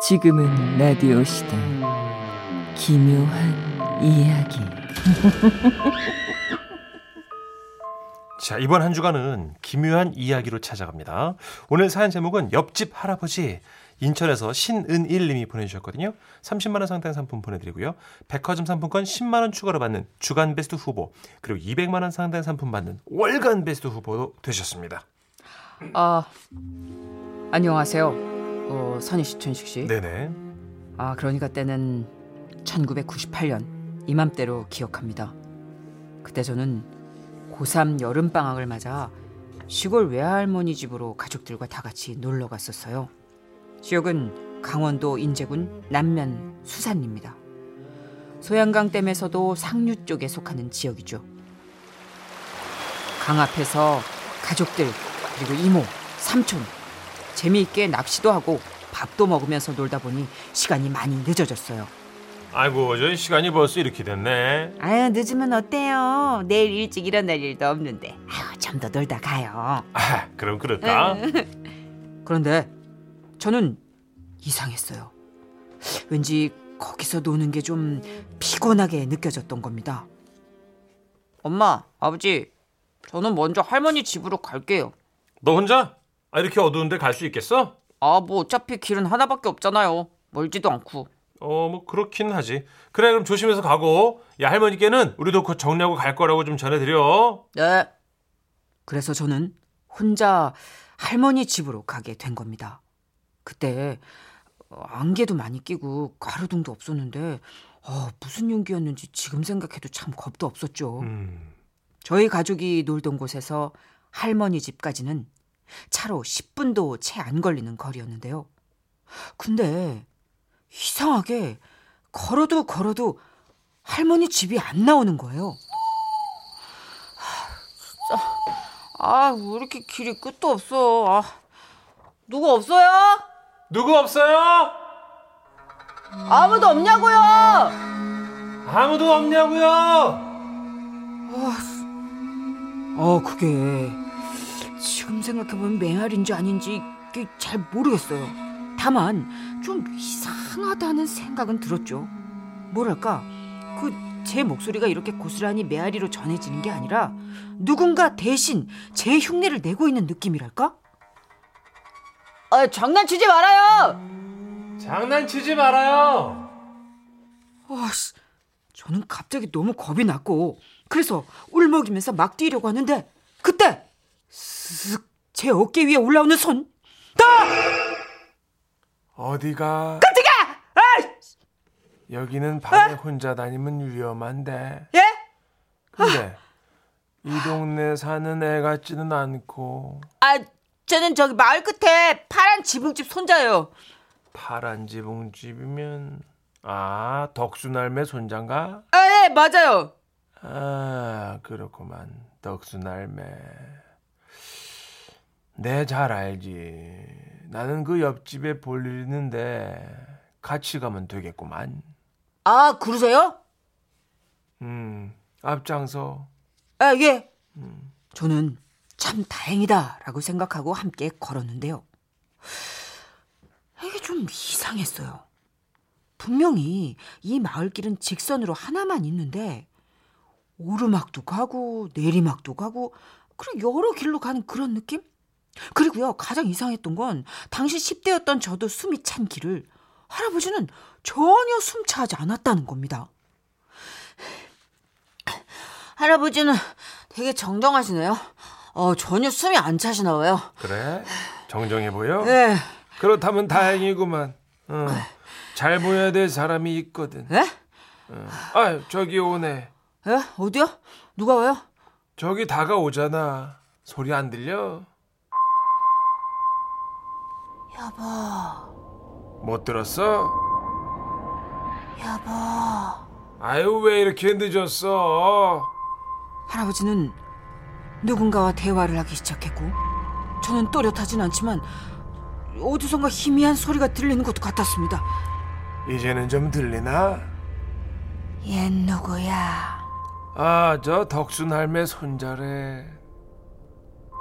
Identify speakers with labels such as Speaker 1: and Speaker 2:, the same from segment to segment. Speaker 1: 지금은 라디오 시대
Speaker 2: 음.
Speaker 1: 기묘한 이야기
Speaker 3: 자, 이번 한 주간은 기묘한 이야기로 찾아갑니다. 오늘 사연 제목은 옆집 할아버지. 인천에서 신은일 님이 보내주셨거든요. 30만 원 상당 상품 보내드리고요. 백화점 상품권 10만 원 추가로 받는 주간 베스트 후보 그리고 200만 원 상당 상품 받는 월간 베스트 후보도 되셨습니다.
Speaker 2: 아 안녕하세요. 어, 선희 씨, 천식 씨.
Speaker 3: 네네.
Speaker 2: 아 그러니까 때는 1998년 이맘때로 기억합니다. 그때 저는 고3 여름 방학을 맞아 시골 외할머니 집으로 가족들과 다 같이 놀러 갔었어요. 지역은 강원도 인제군 남면 수산입니다. 소양강댐에서도 상류 쪽에 속하는 지역이죠. 강 앞에서 가족들 그리고 이모, 삼촌 재미있게 낚시도 하고 밥도 먹으면서 놀다 보니 시간이 많이 늦어졌어요.
Speaker 3: 아이고 저 시간이 벌써 이렇게 됐네.
Speaker 2: 아유 늦으면 어때요? 내일 일찍 일어날 일도 없는데 아유 좀 더 놀다 가요.
Speaker 3: 아, 그럼 그럴까?
Speaker 2: 네. 그런데 저는 이상했어요. 왠지 거기서 노는 게 좀 피곤하게 느껴졌던 겁니다. 엄마, 아버지, 저는 먼저 할머니 집으로 갈게요.
Speaker 3: 너 혼자? 아, 이렇게 어두운데 갈 수 있겠어?
Speaker 2: 아, 뭐 어차피 길은 하나밖에 없잖아요. 멀지도 않고.
Speaker 3: 어, 뭐 그렇긴 하지. 그래 그럼 조심해서 가고. 야 할머니께는 우리도 곧 정리하고 갈 거라고 좀 전해드려.
Speaker 2: 네. 그래서 저는 혼자 할머니 집으로 가게 된 겁니다. 그때 어, 안개도 많이 끼고 가로등도 없었는데 어, 무슨 용기였는지 지금 생각해도 참 겁도 없었죠.
Speaker 3: 음.
Speaker 2: 저희 가족이 놀던 곳에서 할머니 집까지는 차로 10분도 채 안 걸리는 거리였는데요. 근데 이상하게 걸어도 걸어도 할머니 집이 안 나오는 거예요. 아, 진짜. 아, 왜 이렇게 길이 끝도 없어. 아, 누구 없어요?
Speaker 3: 누구 없어요?
Speaker 2: 아무도 없냐고요? 아,
Speaker 3: 아무도 없냐고요?
Speaker 2: 어, 그게 지금 생각해보면 메아리인지 아닌지 이게 잘 모르겠어요. 다만 좀 이상하다는 생각은 들었죠. 뭐랄까 그 제 목소리가 이렇게 고스란히 메아리로 전해지는 게 아니라 누군가 대신 제 흉내를 내고 있는 느낌이랄까? 아 장난치지 말아요.
Speaker 3: 장난치지 말아요.
Speaker 2: 와씨, 저는 갑자기 너무 겁이 났고 그래서 울먹이면서 막 뛰려고 하는데 그때 쓱 제 어깨 위에 올라오는 손
Speaker 3: 어디가?
Speaker 2: 깜짝이야! 아이!
Speaker 3: 여기는 밤에 혼자 다니면 위험한데.
Speaker 2: 예?
Speaker 3: 근데 이 동네 사는 애 같지는 않고
Speaker 2: 아, 저는 저기 마을 끝에 파란 지붕집 손자예요.
Speaker 3: 파란 지붕집이면 아 덕수날매 손장가?
Speaker 2: 아, 예, 맞아요.
Speaker 3: 아 그렇구만 덕수날매. 내 잘 알지. 나는 그 옆집에 볼 일 있는데 같이 가면 되겠구만.
Speaker 2: 아, 그러세요?
Speaker 3: 음 앞장서.
Speaker 2: 아, 예. 저는 참 다행이다라고 생각하고 함께 걸었는데요. 이게 좀 이상했어요. 분명히 이 마을길은 직선으로 하나만 있는데 오르막도 가고 내리막도 가고 그리고 여러 길로 가는 그런 느낌? 그리고요 가장 이상했던 건 당시 10대였던 저도 숨이 찬 길을 할아버지는 전혀 숨차지 않았다는 겁니다. 할아버지는 되게 정정하시네요. 어, 전혀 숨이 안 차시나 봐요.
Speaker 3: 그래? 정정해 보여?
Speaker 2: 예.
Speaker 3: 그렇다면 다행이구만. 응. 잘 보여야 될 사람이 있거든.
Speaker 2: 예?
Speaker 3: 아, 저기 오네.
Speaker 2: 예? 어디요? 누가 와요?
Speaker 3: 저기 다가오잖아. 소리 안 들려?
Speaker 2: 여보,
Speaker 3: 못 들었어?
Speaker 2: 여보.
Speaker 3: 아유, 왜 이렇게 늦었어?
Speaker 2: 할아버지는 누군가와 대화를 하기 시작했고, 저는 또렷하진 않지만, 어디선가 희미한 소리가 들리는 것도 같았습니다.
Speaker 3: 이제는 좀 들리나?
Speaker 2: 얜 누구야?
Speaker 3: 아, 저 덕순 할매 손자래.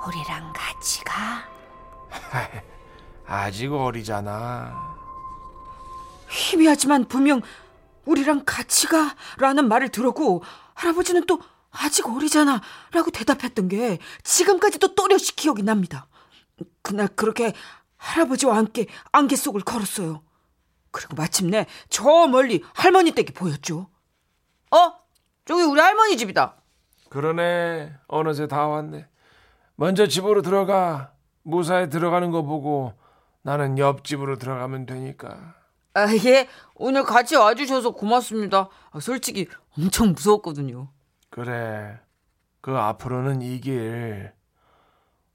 Speaker 2: 우리랑 같이 가?
Speaker 3: 아직 어리잖아.
Speaker 2: 희미하지만 분명 우리랑 같이 가라는 말을 들었고 할아버지는 또 아직 어리잖아 라고 대답했던 게 지금까지도 또렷이 기억이 납니다. 그날 그렇게 할아버지와 함께 안개 속을 걸었어요. 그리고 마침내 저 멀리 할머니 댁이 보였죠. 어? 저기 우리 할머니 집이다.
Speaker 4: 그러네. 어느새 다 왔네. 먼저 집으로 들어가. 무사히 들어가는 거 보고 나는 옆집으로 들어가면 되니까.
Speaker 2: 아, 예. 오늘 같이 와주셔서 고맙습니다. 아, 솔직히 엄청 무서웠거든요.
Speaker 4: 그래. 그 앞으로는 이 길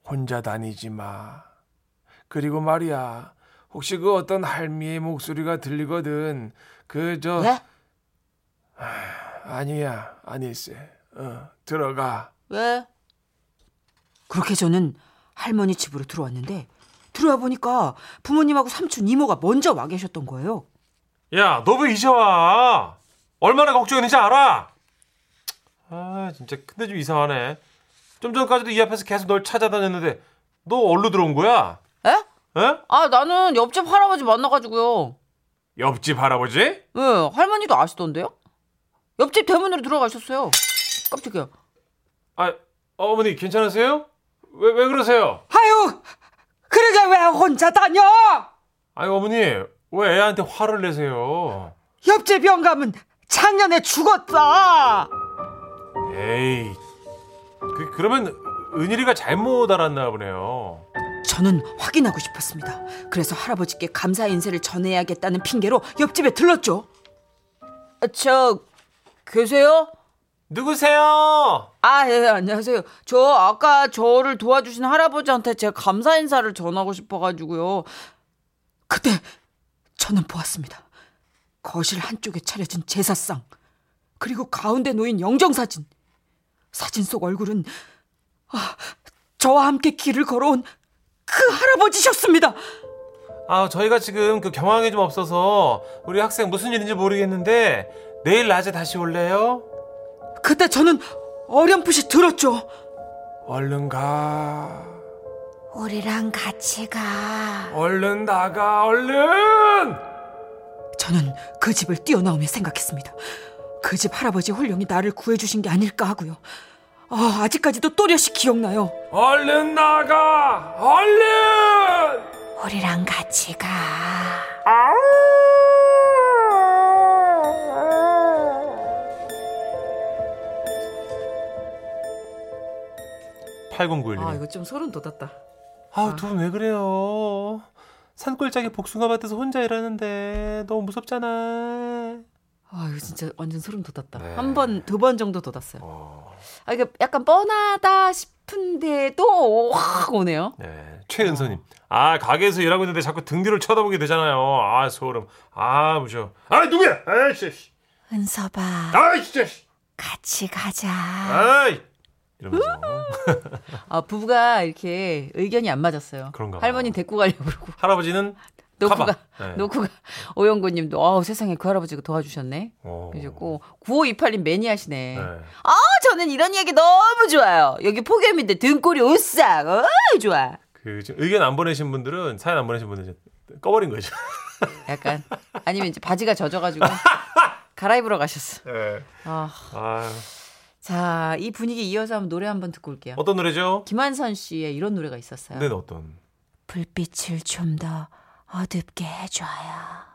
Speaker 4: 혼자 다니지 마. 그리고 말이야. 혹시 그 어떤 할미의 목소리가 들리거든. 그저
Speaker 2: 네?
Speaker 4: 아니야. 아니세. 어, 들어가.
Speaker 2: 왜? 그렇게 저는 할머니 집으로 들어왔는데 들어와 보니까 부모님하고 삼촌 이모가 먼저 와 계셨던 거예요.
Speaker 3: 야, 너 왜 이제 와? 얼마나 걱정했는지 알아? 아, 진짜 근데 좀 이상하네. 좀 전까지도 이 앞에서 계속 널 찾아다녔는데 너 어디로 들어온 거야? 어?
Speaker 5: 에?
Speaker 3: 에?
Speaker 5: 아 나는 옆집 할아버지 만나가지고요.
Speaker 4: 옆집 할아버지?
Speaker 5: 예, 할머니도 아시던데요? 옆집 대문으로 들어가셨어요. 깜짝이야.
Speaker 3: 아, 어머니 괜찮으세요? 왜, 왜 그러세요?
Speaker 2: 아유, 그러게 왜 혼자 다녀?
Speaker 3: 아니, 어머니, 왜 애한테 화를 내세요?
Speaker 2: 옆집 영감은 작년에 죽었다.
Speaker 3: 에이, 그, 그러면 은일이가 잘못 알았나 보네요.
Speaker 2: 저는 확인하고 싶었습니다. 그래서 할아버지께 감사 인사를 전해야겠다는 핑계로 옆집에 들렀죠.
Speaker 5: 아, 저 계세요?
Speaker 3: 누구세요?
Speaker 5: 아, 예, 안녕하세요. 저 아까 저를 도와주신 할아버지한테 제가 감사 인사를 전하고 싶어가지고요.
Speaker 2: 그때 저는 보았습니다. 거실 한쪽에 차려진 제사상 그리고 가운데 놓인 영정 사진. 사진 속 얼굴은 아, 저와 함께 길을 걸어온 그 할아버지셨습니다.
Speaker 3: 아, 저희가 지금 그 경황이 좀 없어서 우리 학생 무슨 일인지 모르겠는데 내일 낮에 다시 올래요?
Speaker 2: 그때 저는 어렴풋이 들었죠.
Speaker 4: 얼른 가.
Speaker 6: 우리랑 같이 가.
Speaker 4: 얼른 나가. 얼른!
Speaker 2: 저는 그 집을 뛰어나오며 생각했습니다. 그 집 할아버지 홀령이 나를 구해주신 게 아닐까 하고요. 아, 아직까지도 또렷이 기억나요.
Speaker 4: 얼른 나가! 얼른!
Speaker 6: 우리랑 같이 가.
Speaker 5: 아,
Speaker 3: 8091님.
Speaker 5: 이거 좀 소름 돋았다.
Speaker 3: 아, 두 분 왜 그래요? 산골짜기 복숭아밭에서 혼자 일하는데 너무 무섭잖아.
Speaker 5: 아, 이거 진짜 완전 소름 돋았다.
Speaker 3: 네.
Speaker 5: 한 번, 두 번 정도 돋았어요.
Speaker 3: 어,
Speaker 5: 아, 이게 약간 뻔하다 싶은데도 확 오네요.
Speaker 3: 네. 최은서님. 아, 가게에서 일하고 있는데 자꾸 등 뒤를 쳐다보게 되잖아요. 아, 소름. 아, 무셔. 아, 누구야? 아이씨. 씨.
Speaker 6: 은서봐,
Speaker 3: 아이, 진짜. 씨.
Speaker 6: 같이 가자.
Speaker 3: 아이. 이러면서.
Speaker 5: 아, 부부가 이렇게 의견이 안 맞았어요.
Speaker 3: 그런가 봐요.
Speaker 5: 할머니 데리고 가려고 그러고.
Speaker 3: 할아버지는
Speaker 5: 놓고
Speaker 3: 가봐.
Speaker 5: 가.
Speaker 3: 네.
Speaker 5: 노쿠가 오영구님도 아우 세상에 그 할아버지가 도와주셨네.
Speaker 3: 어.
Speaker 5: 그러셨고 9528님 매니아시네.
Speaker 3: 네.
Speaker 5: 아 저는 이런 이야기 너무 좋아요. 여기 폭염인데 등골이 오싹. 어 좋아.
Speaker 3: 그 지금 의견 안 보내신 분들은 사연 안 보내신 분들은 이제 꺼버린 거죠.
Speaker 5: 약간 아니면 이제 바지가 젖어가지고 갈아입으러 가셨어.
Speaker 3: 네.
Speaker 5: 아,
Speaker 3: 아,
Speaker 5: 자이 분위기 이어서 한번 노래 한번 듣고 올게요.
Speaker 3: 어떤 노래죠?
Speaker 5: 김한선 씨의 이런 네. 노래가 있었어요.
Speaker 3: 네, 어떤.
Speaker 6: 불빛을 좀 더 어둡게 해줘요.